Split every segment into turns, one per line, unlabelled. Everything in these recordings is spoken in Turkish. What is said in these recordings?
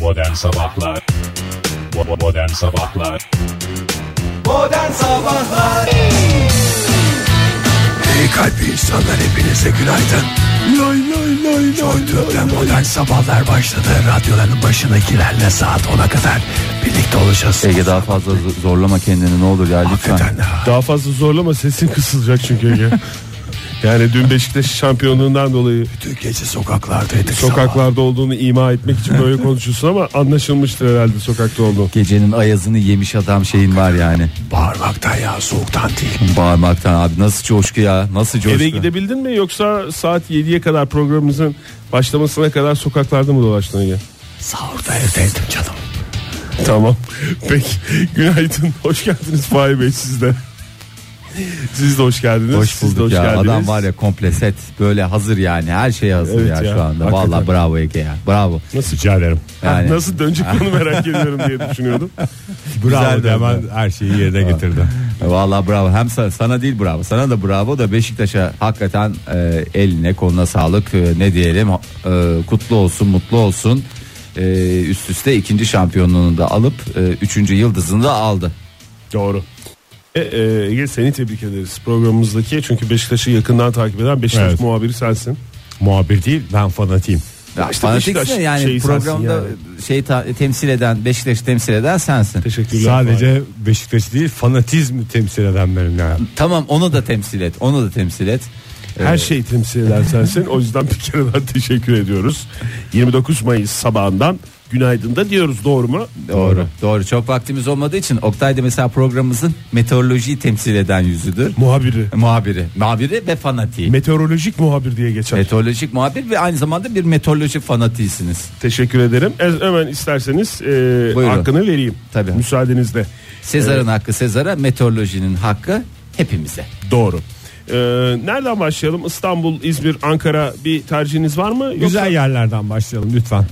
Modern Sabahlar Bo- Modern Sabahlar
Modern Sabahlar Ey kalbi insanlar hepinize günaydın Lay lay lay lay Joy Türk'ten modern sabahlar başladı Radyoların başındakilerle saat 10'a kadar Birlikte olacağız
Ege daha fazla z- zorlama kendini ne olur ya lütfen.
Hakikaten ha.
Daha fazla zorlama sesin kısılacak çünkü Ege. yani dün Beşiktaş şampiyonluğundan dolayı
Dün gece sokaklardaydık sabah.
sokaklarda olduğunu ima etmek için böyle konuşuyorsun ama anlaşılmıştır herhalde sokakta olduğun.
Gecenin ayazını yemiş adam şeyin var yani.
Bağırmaktan ya soğuktan değil
Bağırmaktan abi nasıl coşku ya nasıl coşku.
Eve gidebildin mi yoksa saat 7'ye kadar programımızın başlamasına kadar sokaklarda mı dolaştın Ege?
Sahurda evdeydim canım
Tamam. Peki günaydın. Hoş geldiniz Fahri Bey siz de. Siz de hoş geldiniz.
Hoş
siz de
bulduk
hoş
ya
geldiniz.
adam var ya komple set böyle hazır yani her şeye hazır
Evet
ya,
ya,
şu anda.
hakikaten.
Vallahi bravo Ege ya bravo.
Nasıl,
Rica ederim.
Yani.
Ah, nasıl dönecek onu merak ediyorum diye düşünüyordum.
Bravo
döndü.
hemen her şeyi yerine getirdi.
E, Vallahi bravo hem sana, sana değil bravo sana da bravo da Beşiktaş'a hakikaten e, eline koluna sağlık E, ne diyelim e, kutlu olsun mutlu olsun E, üst üste ikinci şampiyonluğunu da alıp e, üçüncü yıldızını da aldı.
Doğru. E, e, Ege seni tebrik ederiz programımızdaki çünkü Beşiktaş'ı yakından takip eden Beşiktaş
Evet.
muhabiri sensin.
Muhabir değil ben fanatiyim.
Ya
işte
fanatik
Beşiktaş
ne yani
şeyi sensin
programda
yani.
şey ta- temsil eden Beşiktaş'ı temsil eden sensin.
Teşekkürler.
Sadece Beşiktaş değil fanatizmi temsil eden benim ya.
Tamam onu da temsil et. Onu da temsil et.
her şeyi temsil eden sensin. O yüzden bir kere daha teşekkür ediyoruz. 29 Mayıs sabahından günaydın da diyoruz doğru mu?
Doğru. Doğru. Çok vaktimiz olmadığı için Oktay da mesela programımızın meteorolojiyi temsil eden yüzüdür. E,
Muhabiri.
Muhabiri. Muhabiri ve fanatiği.
Meteorolojik muhabir diye geçer.
Meteorolojik muhabir ve aynı zamanda bir meteoroloji fanatiğisiniz.
Teşekkür ederim. E, hemen isterseniz e,
Buyurun.
hakkını vereyim.
Tabii.
Müsaadenizle.
Sezar'ın hakkı Sezar'a, meteorolojinin hakkı hepimize.
Doğru. E, nereden başlayalım? İstanbul, İzmir, Ankara bir tercihiniz var mı? Yoksa
Güzel yerlerden başlayalım lütfen.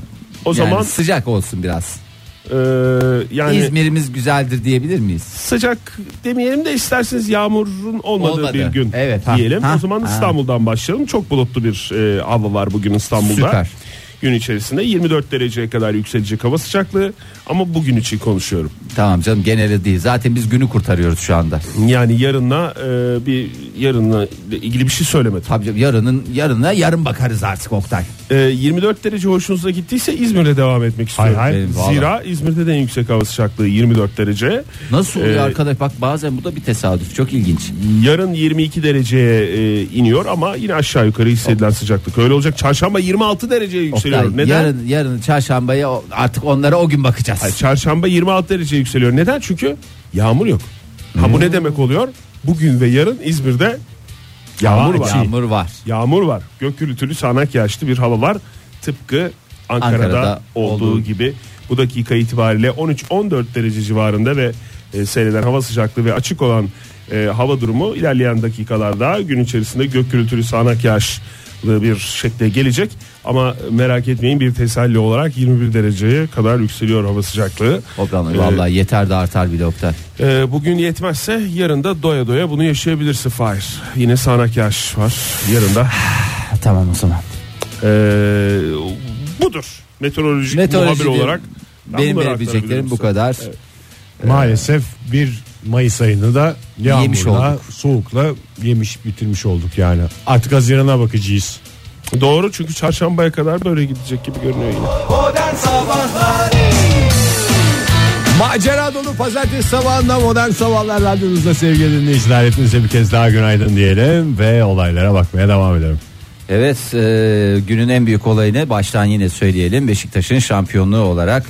O
yani
zaman
sıcak olsun biraz.
e, yani
İzmir'imiz güzeldir diyebilir miyiz?
sıcak demeyelim de isterseniz yağmurun olmadığı
Olmadı.
bir gün
Evet, ha,
diyelim.
ha,
o zaman
ha.
İstanbul'dan başlayalım. Çok bulutlu bir e, hava var bugün İstanbul'da.
Süper.
Gün içerisinde 24 dereceye kadar yükselecek hava sıcaklığı ama bugün için konuşuyorum.
Tamam canım geneli değil. Zaten biz günü kurtarıyoruz şu anda.
Yani yarınla e, bir yarınla ilgili bir şey söylemedim.
Tabii canım, yarının yarına yarın bakarız artık Oktay.
E, 24 derece hoşunuza gittiyse İzmir'de devam etmek istiyorum.
Hayır, hayır.
Benim vallahi.
Zira İzmir'de de en yüksek hava sıcaklığı 24 derece.
Nasıl oluyor
Ee,
arkadaş bak bazen bu da bir tesadüf çok ilginç.
şey Yarın 22 dereceye e, iniyor ama yine aşağı yukarı hissedilen sıcaklık öyle olacak. Çarşamba 26 dereceye yükseliyor.
Oktay,
Neden?
yarın yarın çarşambaya o- artık onlara o gün bakacağız.
Ay, Çarşamba 26 dereceye yükseliyor. Neden? Çünkü yağmur yok.
Hmm.
Ha bu ne demek oluyor? Bugün ve yarın İzmir'de yağmur var. Yağmur,
Yağmur var.
var. Gök gürültülü sağanak yağışlı bir hava var. Tıpkı Ankara'da,
Ankara'da
olduğu
olduğu
gibi bu dakika itibariyle 13-14 derece civarında ve e, seyreden hava sıcaklığı ve açık olan e, hava durumu ilerleyen dakikalarda gün içerisinde gök gürültülü sağanak yağışlı bir şekle gelecek. Ama merak etmeyin bir teselli olarak 21 dereceye kadar yükseliyor hava sıcaklığı.
Okan,
Ee,
vallahi yeter de artar bile Oktay.
e, bugün yetmezse yarın da doya doya bunu yaşayabilirsin Fahir. Yine sağanak yağış var yarın da.
Tamam o zaman.
Ee, budur. Meteorolojik
Meteoroloji
muhabir
diyorum.
olarak ben
Benim
bunları
verebileceklerim bu kadar.
aktarabilirim
Maalesef bir Mayıs ayını da yağmurla,
Yemiş olduk.
soğukla yemiş bitirmiş olduk yani. Artık Haziran'a bakacağız.
size. Doğru çünkü çarşambaya kadar böyle gidecek gibi görünüyor yine.
Modern Sabahlar
Macera dolu pazartesi sabahında modern sabahlar radyonuzda sevgili dinleyiciler. Hepinize bir kez daha günaydın diyelim ve olaylara bakmaya devam edelim.
Evet e, günün en büyük olayını baştan yine söyleyelim. Beşiktaş'ın şampiyonluğu olarak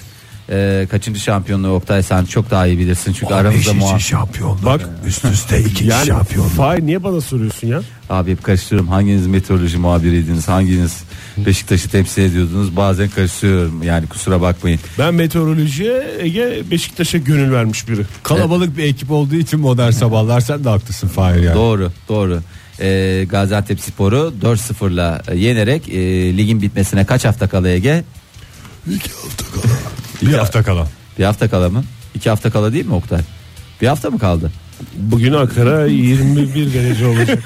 e, kaçıncı şampiyonluğu Oktay sen çok daha iyi bilirsin. Çünkü aramızda
Beşinci
muhabbet.
şampiyonluk Üst üste ikinci şampiyonluk
Fahir niye bana soruyorsun ya?
Abi hep karıştırıyorum. Hanginiz meteoroloji muhabiriydiniz? Hanginiz Beşiktaş'ı temsil ediyordunuz? Bazen karıştırıyorum. Yani kusura bakmayın.
Ben meteorolojiye Ege Beşiktaş'a gönül vermiş biri.
Kalabalık bir ekip olduğu için modern sabahlar sen de haklısın Fahir yani.
Doğru, doğru. Ee, Gaziantepspor'u 4-0'la yenerek e, ligin bitmesine kaç hafta kala Ege?
İki hafta kala
Bir hafta kalan.
Bir hafta kala mı? İki hafta kala değil mi Oktay? Bir hafta mı kaldı?
Bugün Ankara 21 derece olacak.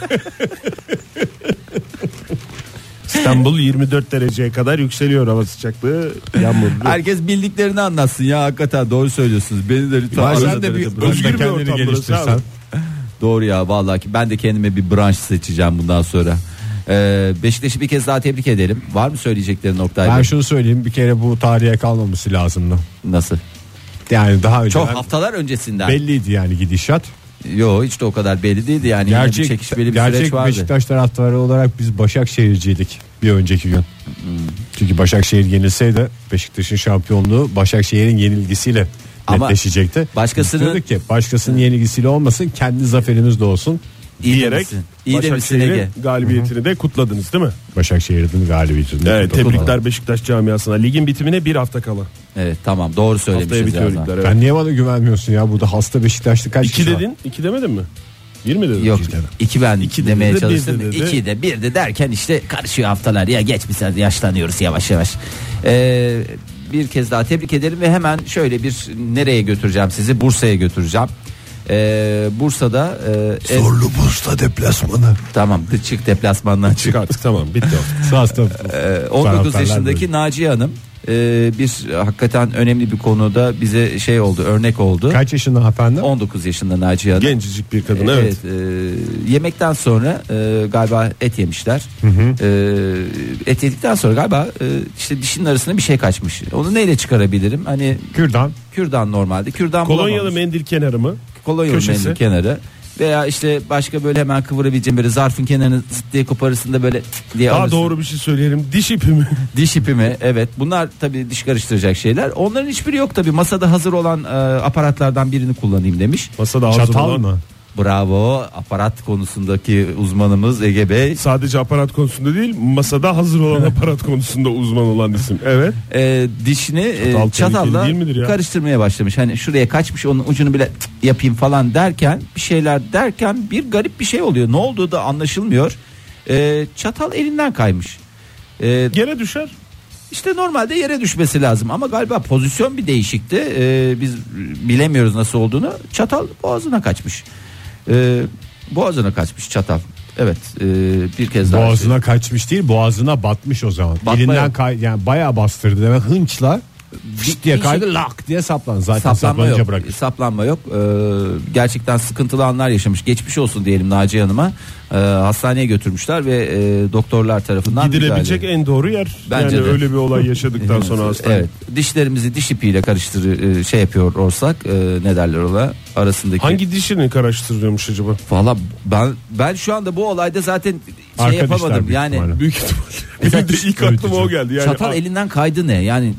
İstanbul 24 dereceye kadar yükseliyor hava sıcaklığı. Yağmurlu.
Herkes bildiklerini anlatsın ya hakikaten doğru söylüyorsunuz. Beni de lütfen
Bazen
arada
de bir
bırakın.
özgür
Özgür bir
kendini
ortam burası
geliştirsen.
abi.
Doğru ya vallahi ki ben de kendime bir branş seçeceğim bundan sonra. Ee, Beşiktaş'ı bir kez daha tebrik edelim. Var mı söyleyecekleri noktaydı?
Ben şunu söyleyeyim bir kere bu tarihe kalmaması lazımdı.
Nasıl?
Yani daha önce
Çok haftalar öncesinden.
belliydi yani gidişat.
Yo hiç de o kadar belli değildi yani. Yine bir çekişmeli bir süreç
gerçek
vardı.
Beşiktaş taraftarı olarak biz Başakşehirciydik bir önceki gün. Çünkü Başakşehir yenilseydi Beşiktaş'ın şampiyonluğu Başakşehir'in yenilgisiyle
Ama
netleşecekti. Biz
başkasını-
diyorduk ki başkasının yenilgisiyle olmasın kendi zaferimiz de olsun.
İyi
diyerek
demişsin. İyi demişsin
Başakşehir'in
Ege.
galibiyetini de kutladınız değil mi?
Başakşehir'in galibiyetini.
Evet,
kutladık.
tebrikler Beşiktaş camiasına. Ligin bitimine bir hafta kala.
Evet tamam doğru
Haftaya
söylemişiz.
bitiyor
Yazdan.
ligler. Evet.
Ben niye bana güvenmiyorsun ya burada hasta Beşiktaşlı kaç
İki
kişi var?
dedin, iki demedin mi? Bir mi dedin?
Yok
İki dedin.
iki ben
İki
demeye
dedi de, bir
çalıştım.
dedi de.
İki de bir de derken işte karışıyor haftalar ya geç bir saat yaşlanıyoruz yavaş yavaş. Ee, bir kez daha tebrik edelim ve hemen şöyle bir nereye götüreceğim sizi Bursa'ya götüreceğim. Ee, Bursa'da e, ev-
Zorlu Bursa deplasmanı.
tamam çık deplasmandan çık.
Çık artık tamam bitti. o.
Hasta.
Ee, 19
Taraftarlar
yaşındaki
böyle.
Naciye Hanım e, bir hakikaten önemli bir konuda bize şey oldu örnek oldu.
Kaç yaşında hanımefendi?
19 yaşında Naciye Hanım.
Gencecik bir kadın evet.
e, yemekten sonra e, galiba et yemişler. E, et yedikten sonra galiba e, işte dişinin arasına bir şey kaçmış. Onu neyle çıkarabilirim? Hani
Kürdan.
kürdan normalde. Kürdan
Kolonyalı
bulamamış.
mendil kenarı mı?
kolonyalı
köşesi.
mendil kenarı. Veya işte başka böyle hemen kıvırabileceğim böyle zarfın kenarını zıt diye koparırsın da böyle tık diye
Daha
alırsın.
doğru bir şey söyleyelim. Diş ipi mi?
Diş ipi mi? Evet. Bunlar tabii diş karıştıracak şeyler. Onların hiçbiri yok tabii. Masada hazır olan e, aparatlardan birini kullanayım demiş.
Masada hazır
Çatal
olan-
mı?
Bravo. Aparat konusundaki uzmanımız Ege Bey.
Sadece aparat konusunda değil, masada hazır olan aparat konusunda uzman olan isim. Evet.
e, dişini e,
Çatal
çatalla
tehlikeli değil midir ya?
karıştırmaya başlamış. Hani şuraya kaçmış onun ucunu bile tık yapayım falan derken bir şeyler derken bir garip bir şey oluyor. Ne olduğu da anlaşılmıyor. E, çatal elinden kaymış. E,
Yere düşer.
işte normalde yere düşmesi lazım ama galiba pozisyon bir değişikti. E, biz bilemiyoruz nasıl olduğunu. Çatal boğazına kaçmış. E, boğazına kaçmış çatal. Evet e, bir kez daha.
Boğazına kaçmış değil boğazına batmış o zaman.
Batma
Elinden
yok.
kay yani bayağı bastırdı demek hınçla fişt diye
Bir- bir
kaydı
şey-
lak diye saplan. Zaten
saplanma
saplanınca
yok.
bırakır.
Saplanma yok. Ee, gerçekten sıkıntılı anlar yaşamış. Geçmiş olsun diyelim Naciye Hanım'a. Ee, hastaneye götürmüşler ve e, doktorlar tarafından
Gidilebilecek
müdahale-
en doğru yer.
Bence
yani
de.
öyle bir olay yaşadıktan sonra hastane.
Evet. Dişlerimizi diş ipiyle karıştır e, şey yapıyor olsak e, ne derler ona arasındaki.
Hangi dişini karıştırıyormuş acaba?
Valla ben ben şu anda bu olayda zaten şey
Arkadaşlar
yapamadım.
büyük
Yani
ihtimalle.
Büyük ihtimalle. Benim de ilk aklıma o geldi. Yani
çatal
a-
elinden kaydı ne? Yani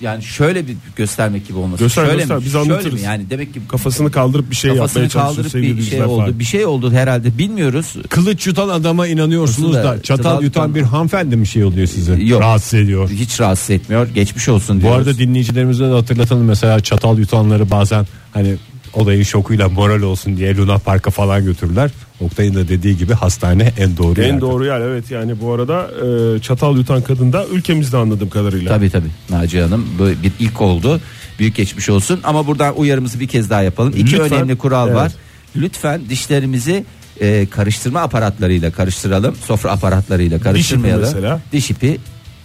yani şöyle bir göstermek gibi olması.
Göster,
şöyle
göster,
mi?
biz
Şöyle mi?
anlatırız.
Yani demek ki
kafasını kaldırıp bir şey
kafasını
yapmaya çalışıyor
kaldırıp
sevgili
bir şey
Güzel
oldu.
Fahri.
Bir şey oldu herhalde bilmiyoruz.
Kılıç yutan adama inanıyorsunuz
Aslında
da çatal,
çatal yutan-
yutan bir hanımefendi mi şey oluyor size?
Yok.
Rahatsız ediyor.
Hiç rahatsız etmiyor. Geçmiş olsun
Bu
diyoruz.
arada dinleyicilerimize de hatırlatalım mesela çatal yutanları bazen hani olayın şokuyla moral olsun diye Luna Park'a falan götürürler. Oktay'ın da dediği gibi hastane en doğru
En
yerdir.
doğru yer evet yani bu arada e, çatal yutan kadın da ülkemizde anladığım kadarıyla.
Tabii tabii Naciye Hanım bu bir ilk oldu. Büyük geçmiş olsun ama buradan uyarımızı bir kez daha yapalım. İki
Lütfen.
önemli kural
Evet.
var. Lütfen dişlerimizi e, karıştırma aparatlarıyla karıştıralım. Sofra aparatlarıyla karıştırmayalım.
mesela.
Diş ipi.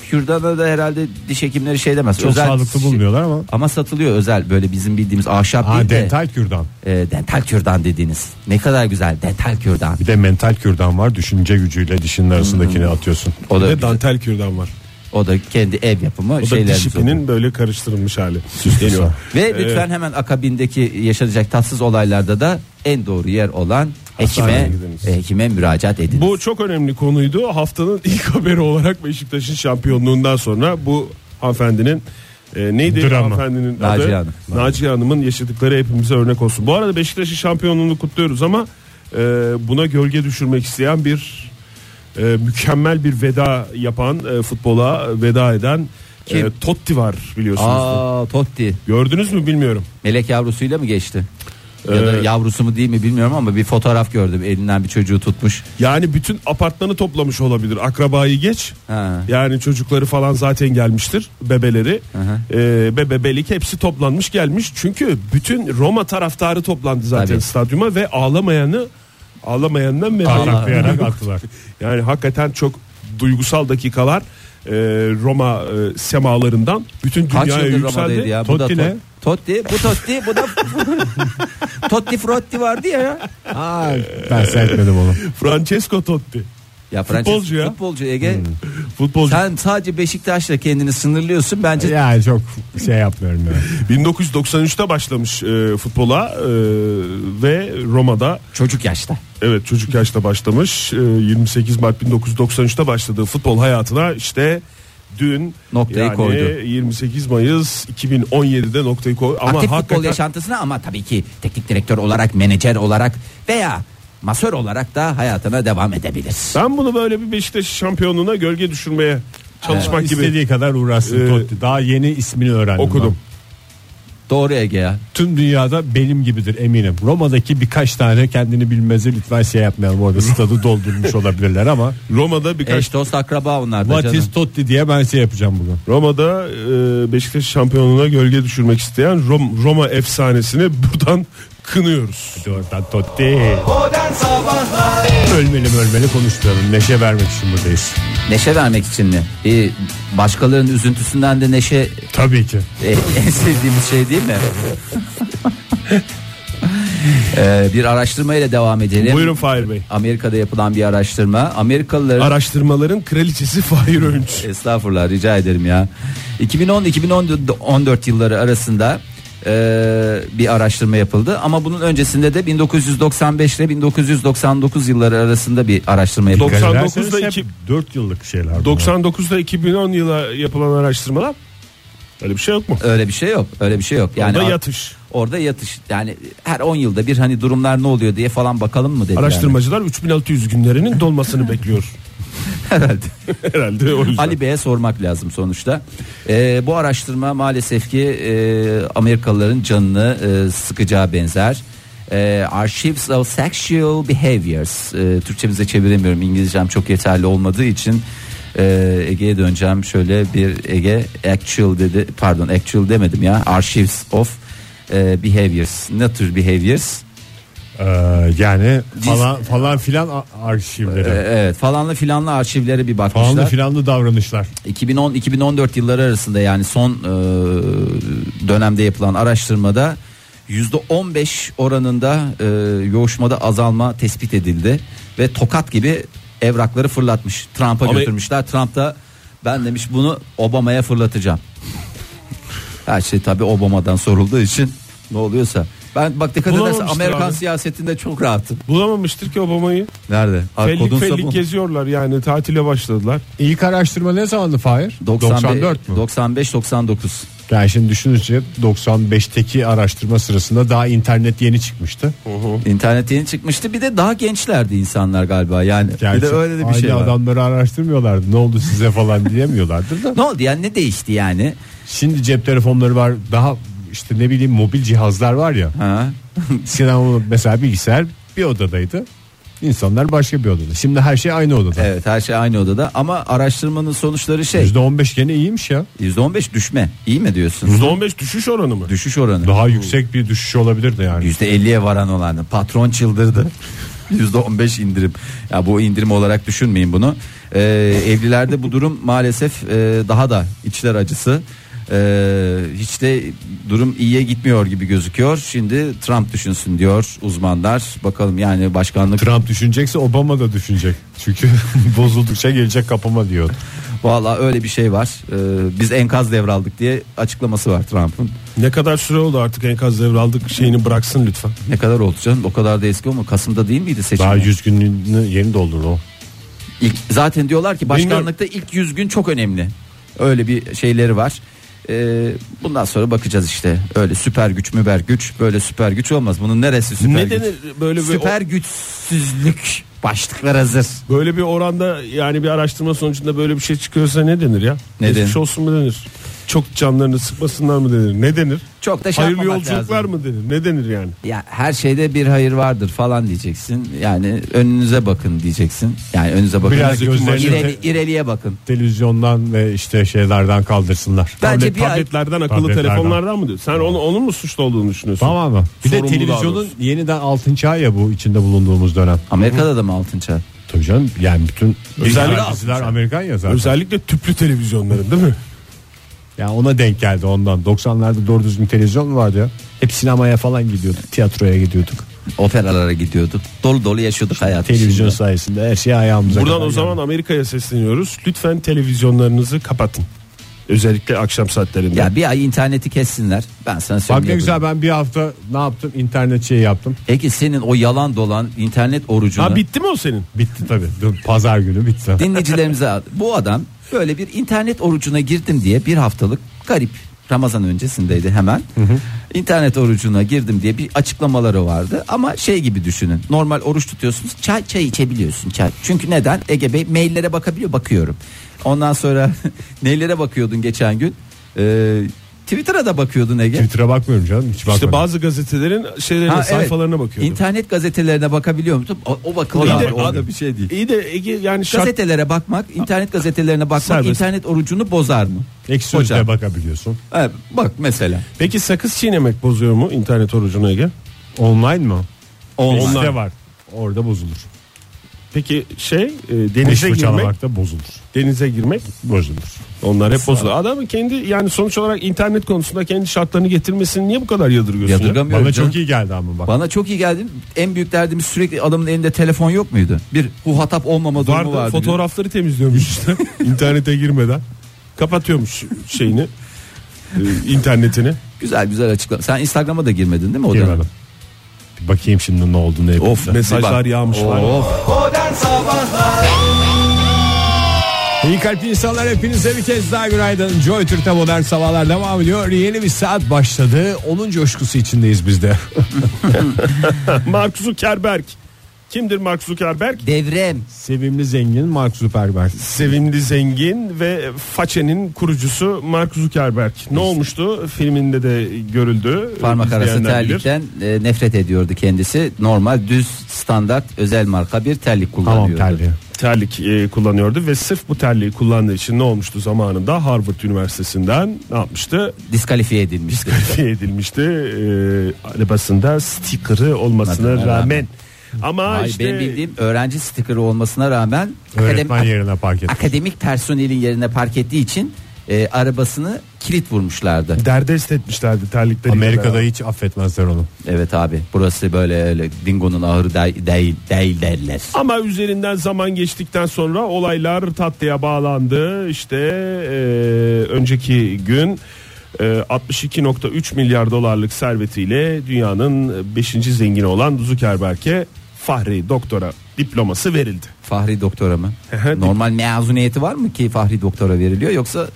Kürdana da herhalde diş hekimleri şey demez.
Çok
Özel
sağlıklı
diş-
bulmuyorlar ama.
Ama satılıyor özel böyle bizim bildiğimiz ahşap
Ha,
değil de dental.
dental kürdan.
dental kürdan dediğiniz. Ne kadar güzel dental kürdan.
Bir de mental kürdan var. Düşünce gücüyle dişinin arasındakini
Hmm.
atıyorsun.
O
Bir
da
de dantel kürdan var.
o da kendi ev yapımı
O da
şeyler.
diş ipinin böyle karıştırılmış hali.
Geliyor.
Ve lütfen hemen akabindeki yaşanacak tatsız olaylarda da en doğru yer olan
Hastaneye
hekime
gidiniz.
e, hekime müracaat edin.
Bu çok önemli konuydu. Haftanın ilk haberi olarak Beşiktaş'ın şampiyonluğundan sonra bu hanımefendinin e, neydi
Dramı.
hanımefendinin
Naciye
adı?
Hanım.
Naciye Hanım'ın yaşadıkları hepimize örnek olsun. Bu arada Beşiktaş'ın şampiyonluğunu kutluyoruz ama e, buna gölge düşürmek isteyen bir e, mükemmel bir veda yapan e, futbola veda eden
Kim?
e, Totti var biliyorsunuz.
Aa Totti
Gördünüz mü bilmiyorum.
melek yavrusuyla mı geçti? Ya da
Ee,
yavrusu mu değil mi bilmiyorum ama bir fotoğraf gördüm. Elinden bir çocuğu tutmuş.
Yani bütün apartmanı toplamış olabilir. Akrabayı geç.
Ha.
Yani çocukları falan zaten gelmiştir. Bebeleri. Ee, ve bebelik hepsi toplanmış gelmiş. Çünkü bütün Roma taraftarı toplandı zaten
Tabii.
stadyuma ve ağlamayanı ağlamayandan bebeği.
Parlaklayarak attılar.
Yani hakikaten çok duygusal dakikalar e, Roma e, semalarından bütün
Kaç
dünyaya
yıldır Roma'daydı
yükseldi.
ya? Bu da
Totti ne?
Tot- Totti, bu Totti, bu da Totti Frotti vardı ya.
Aa, ben seyretmedim onu.
Francesco Totti.
Ya Fransız
Futbolcu ya. Hmm.
futbolcu Ege.
Futbolcu
Sen sadece Beşiktaş'la kendini sınırlıyorsun bence.
Yani çok şey yapmıyorum yani.
1993'te başlamış e, futbola e, ve Roma'da
Çocuk yaşta.
evet çocuk yaşta başlamış. E, 28 Mart 1993'te başladığı futbol hayatına işte dün
Noktayı
yani
koydu.
28 Mayıs 2017'de noktayı koydu ama
Aktif futbol
hakikaten
yaşantısına ama tabii ki teknik direktör olarak, menajer olarak veya masör olarak da hayatına devam edebilir.
ben bunu böyle bir Beşiktaş şampiyonluğuna gölge düşürmeye çalışmak gibi
İstediği kadar uğraşsın
Ee,
Totti. Daha yeni ismini öğrendim.
okudum.
ben.
Doğru Ege ya.
Tüm dünyada benim gibidir eminim. Roma'daki birkaç tane kendini bilmezi lütfen şey yapmayalım. Orada stadı doldurmuş olabilirler ama
Roma'da birkaç
Eş dost akraba onlar da
What
canım.
is Totti diye ben şey yapacağım bugün.
Roma'da e, Beşiktaş şampiyonluğuna gölge düşürmek isteyen Rom- Roma efsanesini buradan kınıyoruz.
Doğrudan Totti. Ölmeli ölmeli konuşmayalım. Neşe vermek için buradayız.
Neşe vermek için mi? Bir başkalarının üzüntüsünden de neşe
Tabii ki.
e, en sevdiğimiz şey değil mi? Ee, bir araştırma ile devam edelim.
Buyurun Fahir Bey.
Amerika'da yapılan bir araştırma. Amerikalıların
Araştırmaların kraliçesi Fahir Öğünç.
Estağfurullah rica ederim ya. 2010-2014 yılları arasında e, bir araştırma yapıldı ama bunun öncesinde de 1995 ile 1999 yılları arasında bir araştma yapıldı.
99'da
Hep
iki-
4 yıllık şeyler. bunlar.
99'da 2010 yıla yapılan araştırmalar öyle bir şey yok mu?
Öyle bir şey yok. Öyle bir şey yok. Yani
Orada
ar-
yatış.
Orada yatış. Yani her 10 yılda bir hani durumlar ne oluyor diye falan bakalım mı dedi.
Araştırmacılar 3600 günlerinin dolmasını bekliyor.
yani. herhalde.
Herhalde o yüzden.
Ali Bey'e sormak lazım sonuçta. Ee, bu araştırma maalesef ki e, Amerikalıların canını e, sıkacağı benzer. E, Archives of Sexual Behaviors. E, Türkçemize çeviremiyorum. İngilizcem çok yeterli olmadığı için e, Ege'ye döneceğim. Şöyle bir Ege actual dedi. Pardon actual demedim ya. Archives of e, Behaviors. Ne tür behaviors?
Ee, yani falan falan filan a- arşivleri.
E, evet falanlı filanlı arşivlere bir bakmışlar.
falanlı filanlı davranışlar.
2010-2014 yılları arasında yani son e, dönemde yapılan araştırmada %15 oranında e, yoğuşmada azalma tespit edildi ve tokat gibi evrakları fırlatmış. Trump'a
Ama-
götürmüşler. Trump da ben demiş bunu Obama'ya fırlatacağım. Her şey tabi Obama'dan sorulduğu için ne oluyorsa. Ben bak dikkat edersen
Bulamamıştır
Amerikan
abi.
siyasetinde çok rahatım.
Bulamamıştır ki Obama'yı.
Nerede? Ha,
Fellik
kodun
fellik
sabun.
geziyorlar yani tatile başladılar.
İlk araştırma ne zamandı Fahir? 94 mü?
95-99.
Yani şimdi düşününce 95'teki araştırma sırasında daha internet yeni çıkmıştı.
İnternet yeni çıkmıştı. Bir de daha gençlerdi insanlar galiba yani. bir
Gerçi
de öyle de bir
aynı
şey var.
adamları araştırmıyorlardı. Ne oldu size falan diyemiyorlardır da.
Ne oldu yani ne değişti yani?
Şimdi cep telefonları var. Daha işte ne bileyim mobil cihazlar var ya.
Ha?
Sinan mesela bilgisayar bir odadaydı. İnsanlar başka bir odada. Şimdi her şey aynı odada.
Evet her şey aynı odada ama araştırmanın sonuçları şey
%15 gene iyiymiş ya.
%15 düşme. İyi mi diyorsun?
%15 düşüş oranı mı?
Düşüş oranı.
Daha yüksek bir düşüş olabilirdi yani.
%50'ye varan olanı. Patron çıldırdı. %15 indirim. Ya bu indirim olarak düşünmeyin bunu. Ee, evlilerde bu durum maalesef e, daha da içler acısı. Ee, hiç de durum iyiye gitmiyor gibi gözüküyor. Şimdi Trump düşünsün diyor uzmanlar. Bakalım yani başkanlık
Trump düşünecekse Obama da düşünecek. Çünkü bozuldukça gelecek kapama diyor.
Valla öyle bir şey var. Ee, biz enkaz devraldık diye açıklaması var Trump'ın.
Ne kadar süre oldu artık enkaz devraldık şeyini bıraksın lütfen.
Ne kadar oldu canım? O kadar da eski olma. Kasım'da değil miydi seçim?
Daha 100 gününü yeni doldurdu o.
İlk, zaten diyorlar ki başkanlıkta ilk 100 gün çok önemli. Öyle bir şeyleri var. Ee, bundan sonra bakacağız işte. Öyle süper güç müber güç. Böyle süper güç olmaz. Bunun neresi süper
ne
güç?
denir böyle bir
Süper güçsüzlük. Başlıklar hazır.
Böyle bir oranda yani bir araştırma sonucunda böyle bir şey çıkıyorsa ne denir ya?
Ne
Geçmiş
denir?
olsun mu denir? Çok canlarını sıkmasınlar mı denir? Ne denir?
Çok da şey
Hayırlı
yapmamak
yolculuklar
lazım.
mı denir? Ne denir yani?
Ya her şeyde bir hayır vardır falan diyeceksin. Yani önünüze bakın diyeceksin. Yani önünüze bakın.
Biraz gözlerinizi-
İleri- ileriye bakın.
Televizyondan ve işte şeylerden kaldırsınlar.
Bence
Tablet-
bir ay-
tabletlerden akıllı
Tabletlerden.
telefonlardan mı diyor? Sen onu, onun mu suçlu olduğunu düşünüyorsun?
Tamam mı? Bir de
Sorumlu daha
televizyonun
doğrusu.
yeniden altın çağı ya bu içinde bulunduğumuz dönem.
Amerika'da da mı altın çağ?
Tabii canım yani bütün
Özellikle
diziler Amerikan ya zaten.
Özellikle tüplü televizyonların değil mi?
Yani ona denk geldi ondan. 90'larda doğru düzgün televizyon mu vardı ya? Hep sinemaya falan gidiyorduk, tiyatroya gidiyorduk.
Operalara gidiyorduk. Dolu dolu yaşıyorduk hayatı.
Televizyon
şimdi.
sayesinde her şey ayağımıza
Buradan
kadar
o zaman Amerika'ya sesleniyoruz. Lütfen televizyonlarınızı kapatın. Özellikle akşam saatlerinde.
Ya bir ay interneti kessinler. Ben sana
Bak
söyleyeyim.
ne güzel ben bir hafta ne yaptım? İnternet şeyi yaptım.
Peki senin o yalan dolan internet orucunu
ha bitti mi o senin?
Bitti tabii. Dün Pazar günü bitti.
dinleyicilerimize at. bu adam böyle bir internet orucuna girdim diye bir haftalık garip Ramazan öncesindeydi hemen. İnternet orucuna girdim diye bir açıklamaları vardı ama şey gibi düşünün. Normal oruç tutuyorsunuz. Çay çay içebiliyorsun çay. Çünkü neden? Ege Bey maillere bakabiliyor bakıyorum. Ondan sonra neylere bakıyordun geçen gün? Ee, Twitter'a da bakıyordun Ege.
Twitter'a bakmıyorum canım. Hiç
İşte
bakmadım.
bazı gazetelerin şeylerine,
Ha, evet.
sayfalarına bakıyordum.
İnternet gazetelerine bakabiliyor musun? O, o bakılıyor.
O da-
abi,
o da
orada.
bir şey İyi de Ege yani şart
Gazetelere bakmak, internet gazetelerine bakmak
Serbest. E-
internet orucunu bozar mı?
Ek
Hocam.
sözlüğe bakabiliyorsun.
Evet, bak mesela.
Peki sakız çiğnemek bozuyor mu internet orucunu Ege?
Online mı?
Online.
Bir site var. Orada bozulur.
Peki şey e,
Kuş
denize girmek,
fırçalamak da bozulur.
denize girmek
Bozulur.
onlar hep bozuluyor. Adamın kendi yani sonuç olarak internet konusunda kendi şartlarını getirmesini niye bu kadar yadırgıyorsun? ya?
Yadırgamıyorum
Bana
canım.
çok iyi geldi ama bak.
Bana çok iyi geldi. En büyük derdimiz sürekli adamın elinde telefon yok muydu? Bir huhatap olmama durumu
Vardı,
vardı.
fotoğrafları temizliyormuş işte internete girmeden. Kapatıyormuş şeyini e, internetini.
Güzel güzel açıklama. Sen Instagram'a da girmedin değil mi o dönem?
Girmedim. Bir bakayım şimdi ne oldu ne yapıldı.
Of mesajlar yağmış.
Of.
İyi kalpli insanlar hepinize bir kez daha günaydın. Joy Türk'te modern sabahlar devam ediyor. Yeni bir saat başladı. Onun coşkusu içindeyiz biz de.
Mark Zuckerberg. Kimdir Mark Zuckerberg?
Devrem.
Sevimli zengin Mark Zuckerberg.
Sevimli zengin ve façenin kurucusu Mark Zuckerberg. Ne olmuştu? Filminde de görüldü.
Parmak arası
İzleyenler bilir.
terlikten e, nefret ediyordu kendisi. Normal düz standart özel marka bir terlik
Tamam
kullanıyordu.
terliği.
terlik e, kullanıyordu ve sırf bu terliği kullandığı için ne olmuştu zamanında Harvard Üniversitesi'nden ne yapmıştı?
Diskalifiye edilmişti.
Diskalifiye edilmişti. E, arabasında sticker'ı olmasına
Rağmen.
rağmen. Ama
Hayır,
işte
benim bildiğim öğrenci stikeri olmasına rağmen
Öğretmen
akademi-
yerine park etmiş.
akademik personelin yerine park ettiği için e, arabasını kilit vurmuşlardı.
derdest etmişlerdi terlikleri.
Amerika'da hiç affetmezler onu.
Evet abi burası böyle öyle dingonun ahırı de- değil, değil derler.
Ama üzerinden zaman geçtikten sonra olaylar tatlıya bağlandı. İşte e, önceki gün e, 62.3 milyar dolarlık servetiyle dünyanın 5. zengini olan Zuckerberg'e Fahri doktora diploması verildi.
Fahri doktora mı? Normal mezuniyeti var mı ki Fahri doktora veriliyor yoksa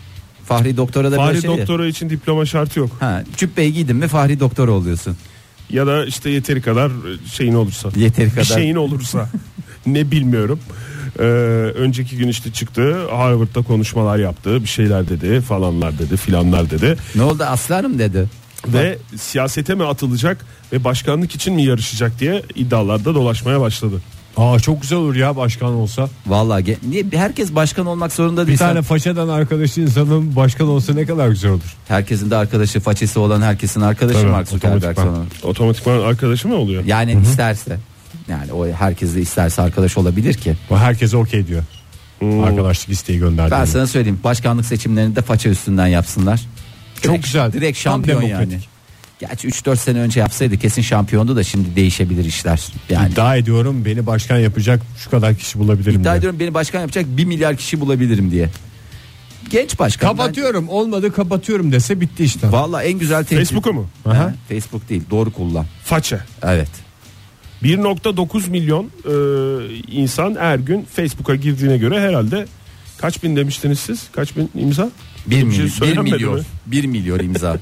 Fahri doktora da
Fahri
böyle şey ya.
doktora için diploma şartı yok.
Ha, cübbeyi giydin mi Fahri doktora oluyorsun.
Ya da işte yeteri kadar şeyin olursa.
Yeteri kadar.
Bir şeyin olursa. ne bilmiyorum. Ee, önceki gün işte çıktı Harvard'da konuşmalar yaptı bir şeyler dedi falanlar dedi filanlar dedi
Ne oldu aslanım dedi.
ve siyasete mi atılacak ve başkanlık için mi yarışacak diye iddialarda dolaşmaya başladı.
Aa çok güzel olur ya başkan olsa.
Vallahi ge- niye herkes başkan olmak zorunda
Bir
değil.
tane faşadan arkadaşı insanın başkan olsa ne kadar güzel olur.
Herkesin de arkadaşı façesi olan herkesin arkadaşı
Tabii,
Mark Zuckerberg
otomatikman.
sonra.
Otomatikman arkadaşı mı oluyor?
Yani isterse. Yani o herkes de isterse arkadaş olabilir ki.
Bu herkese okey diyor. Arkadaşlık isteği gönderdi.
Ben sana söyleyeyim başkanlık seçimlerini de faça üstünden yapsınlar.
Çok güzel.
Direkt
Tam
şampiyon
demokratik.
yani. Gerçi 3-4 sene önce yapsaydı kesin şampiyondu da şimdi değişebilir işler. Yani iddia,
İddia ediyorum beni başkan yapacak şu kadar kişi bulabilirim. diyor.
ediyorum beni başkan yapacak 1 milyar kişi bulabilirim diye. Genç başkan. ben-
Kapatıyorum olmadı kapatıyorum dese bitti işte.
Vallahi en güzel teklif.
Facebook'u mu?
Ha,
Aha.
Facebook değil doğru kullan.
Faça.
Evet.
1.9 milyon e, insan her gün Facebook'a girdiğine göre herhalde kaç bin demiştiniz siz? Kaç bin imza?
1
Bir şey
milyon, 1
söylenmedi
milyon,
mi?
1 milyon imza.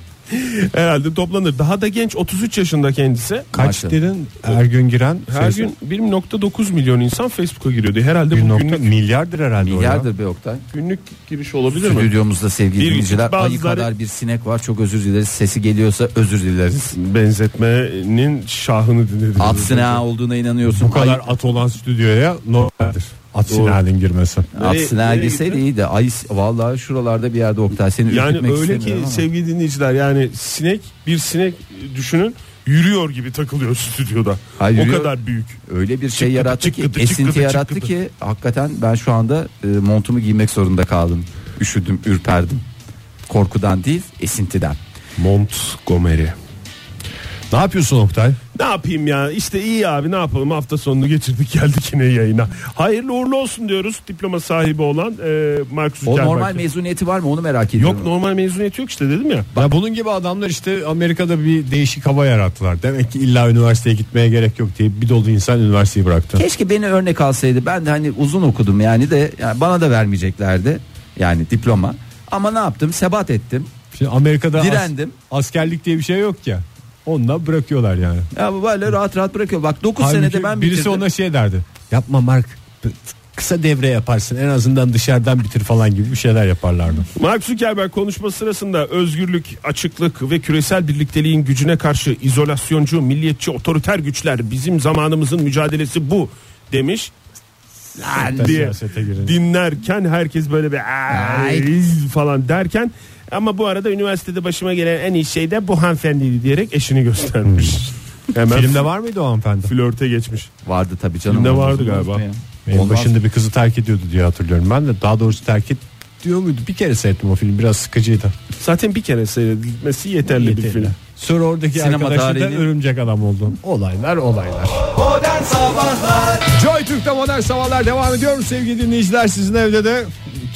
Herhalde toplanır. Daha da genç 33 yaşında kendisi.
Kaç
Maşallah.
dedin her gün giren?
Her
Facebook-
gün 1.9 milyon insan Facebook'a giriyordu. Herhalde
bir
bu
nokta
günlük,
milyardır herhalde. o ya.
Milyardır be Oktay.
günlük giriş olabilir mi?
Stüdyomuzda sevgili
Bir-
dinleyiciler ayı
bazıları-
kadar bir sinek var çok özür dileriz. Sesi geliyorsa özür dileriz.
Benzetmenin şahını dinlediniz.
At sineği olduğuna inanıyorsun.
Bu kadar at olan stüdyoya normaldir. At sinalin girmesi.
At
Nereye-
sineği
nereye
girseydi
gitti?
iyi de ay vallahi şuralarda bir yerde Oktay seni
Yani
ürkütmek
öyle ki
istemiyorum ama.
sevgili dinleyiciler yani sinek bir sinek düşünün yürüyor gibi takılıyor stüdyoda.
Hayır,
o
yürüyor.
kadar büyük.
öyle bir şey
Çıkkıdı,
yarattı ki
çıkkıdı,
esinti
çıkkıdı,
yarattı
çıkkıdı.
ki hakikaten ben şu anda e, montumu giymek zorunda kaldım. Üşüdüm, ürperdim. Korkudan değil, esintiden.
Montgomery.
Ne yapıyorsun Oktay?
Ne yapayım ya işte iyi abi ne yapalım hafta sonunu geçirdik geldik yine yayına. Hayırlı uğurlu olsun diyoruz diploma sahibi olan e, Mark
O
Zuckerberg.
normal mezuniyeti var mı onu merak ediyorum.
Yok normal mezuniyet yok işte dedim ya.
Ya bunun gibi adamlar işte Amerika'da bir değişik hava yarattılar. Demek ki illa üniversiteye gitmeye gerek yok diye bir dolu insan üniversiteyi bıraktı.
Keşke beni örnek alsaydı. Ben de hani uzun okudum yani de yani bana da vermeyeceklerdi. Yani diploma. Ama ne yaptım? Sebat ettim.
Şimdi Amerika'da as-
Direndim.
askerlik diye bir şey yok ya. Onunla bırakıyorlar yani.
Ya bu böyle rahat rahat bırakıyor. Bak 9
Halbuki
senede ben
birisi
bitirdim.
ona şey derdi. Yapma Mark p- kısa devre yaparsın en azından dışarıdan bitir falan gibi bir şeyler yaparlardı.
Mark Zuckerberg konuşma sırasında özgürlük, açıklık ve küresel birlikteliğin gücüne karşı izolasyoncu, milliyetçi, otoriter güçler bizim zamanımızın mücadelesi bu demiş. Lan diye
Siyasete girince.
dinlerken herkes böyle bir "Ay" falan derken ama bu arada üniversitede başıma gelen en iyi şey de bu hanımefendiydi diyerek eşini göstermiş. Hemen
Filmde var mıydı o hanımefendi?
flörte geçmiş.
Vardı tabii canım.
Filmde
Olmaz
vardı
mı
galiba.
ya?
Benim
Olmaz.
başında bir kızı terk ediyordu diye hatırlıyorum ben de. Daha doğrusu terk et diyor muydu? Bir kere seyrettim o film biraz sıkıcıydı.
Zaten bir kere seyredilmesi yeterli, bir
Yeterli.
film.
Sonra oradaki
Sinema
arkadaşı
tarihinin-
da örümcek adam oldu. Olaylar olaylar. Joy Türk'te modern sabahlar devam ediyor sevgili dinleyiciler sizin evde de.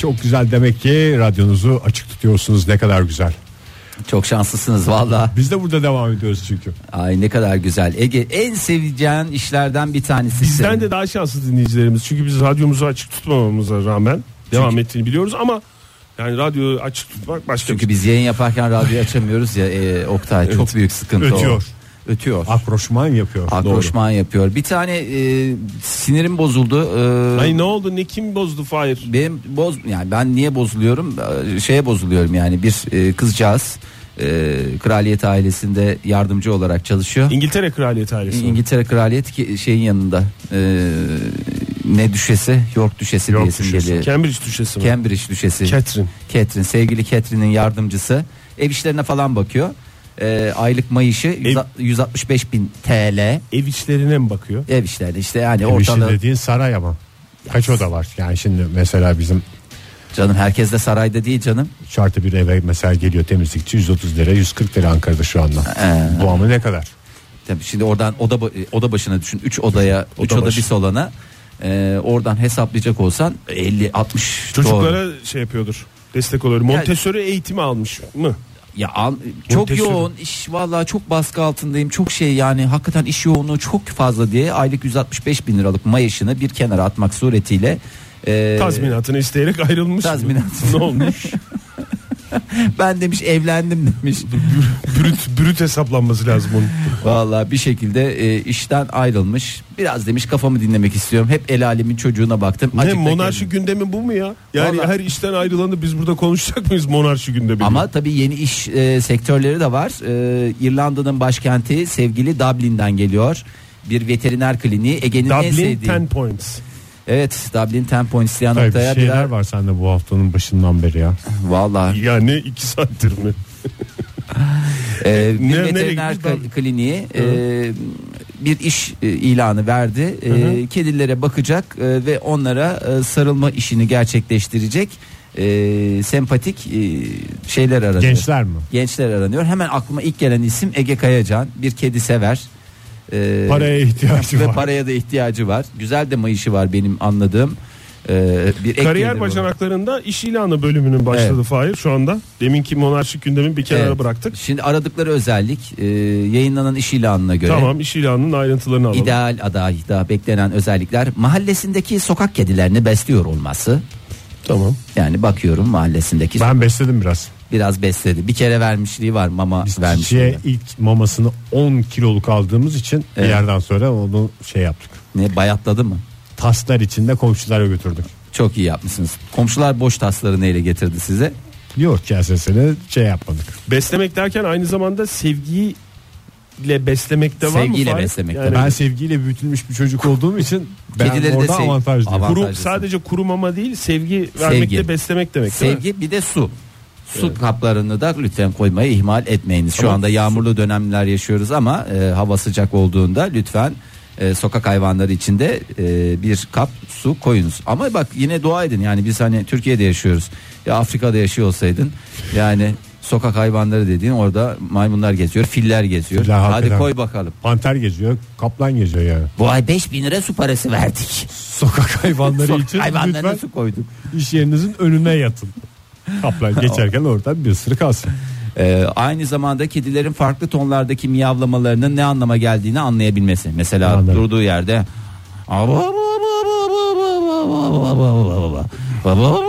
Çok güzel demek ki radyonuzu açık tutuyorsunuz ne kadar güzel.
Çok şanslısınız valla.
Biz de burada devam ediyoruz çünkü.
Ay ne kadar güzel. Ege en seveceğin işlerden bir tanesi.
Bizden
senin.
de daha şanslı dinleyicilerimiz. Çünkü biz radyomuzu açık tutmamamıza rağmen devam ettiğini biliyoruz ama yani radyoyu açık tutmak başka
Çünkü
bir şey.
biz yayın yaparken radyoyu açamıyoruz ya e, Oktay çok büyük sıkıntı
Ötüyor.
o. Ötüyor.
Akroşman yapıyor. Doğru.
Akroşman yapıyor. Bir tane e, sinirim bozuldu. E,
Ay ne oldu ne kim bozdu Fahir?
benim boz yani ben niye bozuluyorum? E, Şeye bozuluyorum yani bir e, kızcağız e, kraliyet ailesinde yardımcı olarak çalışıyor.
İngiltere Kraliyeti ailesi.
İ- İngiltere kraliyet ki- şeyin yanında. E, ne düşesi? York düşesi
Yok
diyesim
düşesi.
geliyor.
Cambridge düşesi mi?
Cambridge düşesi.
Catherine.
Ketrin sevgili Ketrin'in yardımcısı ev işlerine falan bakıyor. Ee, aylık mayışı yüz- 165 bin TL
Ev işlerine mi bakıyor?
ev işlerine işte yani
Bir şey
ortada
dediğin saray ama. Kaç oda var? Yani şimdi mesela bizim
canım herkes de sarayda değil canım
Şartı bir eve mesela geliyor temizlikçi 130 lira 140 lira Ankara'da şu anda.
Ee.
Bu ama ne kadar?
Tabii şimdi oradan oda ba- e, oda başına düşün 3 odaya 3 oda,
başı.
bir salona Ee, oradan hesaplayacak olsan 50 60
Çocuklara şey yapıyordur. Destek oluyor. Montessori eğitimi almış mı?
ya al- çok
Muhteşem.
yoğun iş vallahi çok baskı altındayım çok şey yani hakikaten iş yoğunluğu çok fazla diye aylık 165 bin liralık mayışını bir kenara atmak suretiyle e,
Tazminatını isteyerek ayrılmış
Tazminat.
mı? ne olmuş?
Ben demiş evlendim demiş.
brüt, brüt hesaplanması lazım onun.
Vallahi bir şekilde e, işten ayrılmış. Biraz demiş kafamı dinlemek istiyorum. Hep el alemin çocuğuna baktım.
Ne
Azıcık da
monarşi
kendim-
gündemi bu mu ya? Yani
Vallahi-
her işten ayrılanı biz burada konuşacak mıyız monarşi gündemi?
Ama tabii yeni iş e, sektörleri de var. E, İrlanda'nın başkenti sevgili Dublin'den geliyor. Bir veteriner kliniği Ege'nin en
Dublin
sevdiği.
10 points.
Evet Dublin Ten Points diye
Tabii bir
noktaya
şeyler
birer-
var sende bu haftanın başından beri ya.
Vallahi
Yani iki saattir mi?
e, bir
nereye
veteriner
gitmiş
kli- kliniği e, bir iş e, ilanı verdi. E, kedilere bakacak e, ve onlara e, sarılma işini gerçekleştirecek e, sempatik e, şeyler aranıyor.
Gençler mi?
Gençler aranıyor. Hemen aklıma ilk gelen isim Ege Kayacan. Bir kedi sever. E,
Paraya ihtiyacı
ve
var.
paraya da ihtiyacı var. Güzel de mayışı var benim anladığım. E, bir ek gelir
Kariyer
bu.
bacanaklarında iş ilanı bölümünün başladı
Evet.
Fahir şu anda. Deminki monarşik gündemi bir kenara
Evet.
bıraktık.
Şimdi aradıkları özellik e, yayınlanan iş ilanına göre.
Tamam iş ilanının ayrıntılarını alalım.
İdeal aday da beklenen özellikler mahallesindeki sokak kedilerini besliyor olması.
Tamam.
Yani bakıyorum mahallesindeki
Ben besledim biraz.
biraz besledi. Bir kere vermişliği var mama vermişliği.
Çiçeğe ilk mamasını 10 kiloluk aldığımız için bir
Evet.
yerden sonra onu şey yaptık.
Ne bayatladı mı?
Taslar içinde komşulara götürdük.
Çok iyi yapmışsınız. Komşular boş tasları neyle getirdi size?
Yoğurt kasesini şey yapmadık.
Beslemek derken aynı zamanda sevgiyle beslemek de var mı?
Sevgiyle
Fahir?
beslemek de
Yani
Ben sevgiyle büyütülmüş bir çocuk olduğum için ben
Kedileri de
orada
sev-
avantajlıyım.
Avan-
kuru,
avantajlısın.
sadece kuru mama değil sevgi vermek
Sevgi.
de beslemek demek değil mi?
Sevgi bir de su. Su kaplarını da lütfen koymayı ihmal etmeyiniz. Şu anda yağmurlu dönemler yaşıyoruz ama e, hava sıcak olduğunda lütfen e, sokak hayvanları içinde e, bir kap su koyunuz. Ama bak yine dua edin yani biz hani Türkiye'de yaşıyoruz. Ya Afrika'da yaşıyor olsaydın yani sokak hayvanları dediğin orada maymunlar geziyor, filler geziyor.
Filler
Hadi
hakikaten.
koy bakalım.
Panter geziyor, kaplan geziyor yani.
Bu ay 5000 lira su parası verdik.
Sokak hayvanları
Sokak
için
hayvanlarına
lütfen
su koyduk.
iş yerinizin önüne yatın. Kaplan geçerken oradan bir ısırık alsın.
Ee, aynı zamanda kedilerin farklı tonlardaki miyavlamalarının ne anlama geldiğini anlayabilmesi. Mesela
Anladım.
durduğu yerde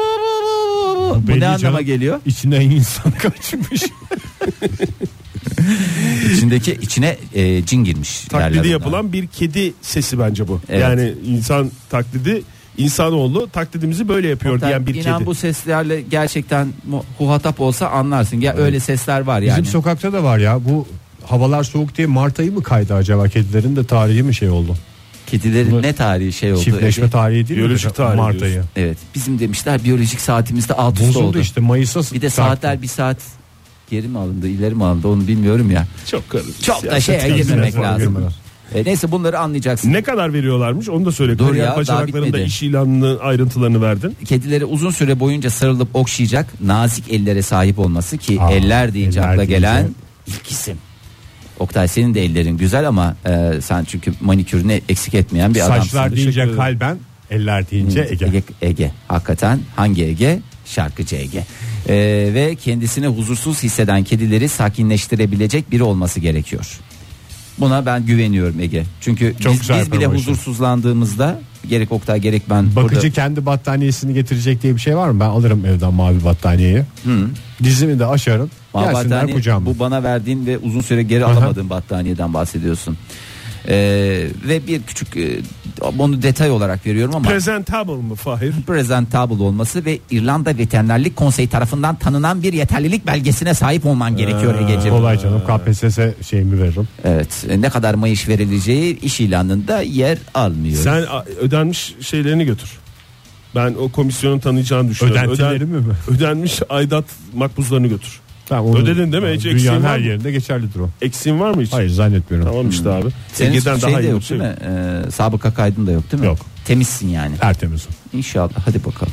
bu ne
Belli
anlama
canım.
geliyor?
İçinden insan kaçmış.
İçindeki içine e, cin girmiş. derler
Taklidi
ona.
yapılan bir kedi sesi bence bu.
Evet.
Yani insan taklidi insanoğlu taklidimizi böyle yapıyor
Hatta
diyen bir
inan
kedi.
bu seslerle gerçekten mu- huhatap olsa anlarsın. Ya öyle sesler var yani.
Bizim sokakta da var ya bu havalar soğuk diye Mart ayı mı kaydı acaba kedilerin de tarihi mi şey oldu?
Kedilerin ne tarihi şey oldu.
Çiftleşme tarihi değil mi?
Biyolojik tarihi
Mart
diyorsun.
ayı.
Evet. Bizim demişler biyolojik saatimizde alt üst
Bozuldu
oldu.
işte Mayıs'a.
Bir
sarktı.
de saatler bir saat geri mi alındı ileri mi alındı onu bilmiyorum ya.
Çok garip.
Çok da
Yani.
şeye
biraz
girmemek
biraz
lazım.
girmeler.
E, neyse bunları anlayacaksın.
Ne kadar veriyorlarmış onu da söyle.
Dur
Kariyer
ya, daha
bacanaklarında
bitmedi.
iş ilanını ayrıntılarını verdin.
Kedileri uzun süre boyunca sarılıp okşayacak nazik ellere sahip olması ki
Aa,
eller deyince
eller
akla
deyince.
gelen ilk isim. Oktay senin de ellerin güzel ama e, sen çünkü manikürünü eksik etmeyen bir adamsın.
Saçlar deyince kalben, eller deyince Ege.
Ege. Ege. Hakikaten hangi Ege? Şarkıcı Ege. Ee, ve kendisini huzursuz hisseden kedileri sakinleştirebilecek biri olması gerekiyor. Buna ben güveniyorum Ege. Çünkü
Çok
biz,
güzel
biz bile
promotion.
huzursuzlandığımızda gerek Oktay gerek ben
Bakıcı
burada
kendi battaniyesini getirecek diye bir şey var mı? Ben alırım evden mavi battaniyeyi. Dizimi de aşarım.
Aa,
gelsinler
battaniye-
kucağıma.
hani bu bana verdiğin ve uzun süre geri alamadığın battaniyeden bahsediyorsun. Ee, ve bir küçük e, onu detay olarak veriyorum ama
Presentable mı Fahir?
presentable olması ve İrlanda Veterinerlik Konseyi tarafından tanınan bir yeterlilik belgesine sahip olman
Ee,
gerekiyor Ege'ciğim.
Kolay canım KPSS şeyimi veririm.
Evet e, ne kadar mayış verileceği iş ilanında yer almıyor.
Sen a, ödenmiş şeylerini götür. Ben o komisyonun tanıyacağını düşünüyorum.
Ödentileri
Öden-
mi mi?
Ödenmiş aidat makbuzlarını götür.
Tamam, onu-
Ödedin değil mi? Hiç eksiğin
Dünyanın
var
her
mı?
yerinde geçerlidir o.
Eksiğin var mı hiç?
Hayır zannetmiyorum.
Tamam işte abi.
Hmm. Senin
Ege'den
şey
daha
de
iyi bir
yok
şey
değil mi? Ee, sabıka kaydın da yok değil mi?
Yok.
Temizsin yani.
Tertemiz.
İnşallah hadi bakalım.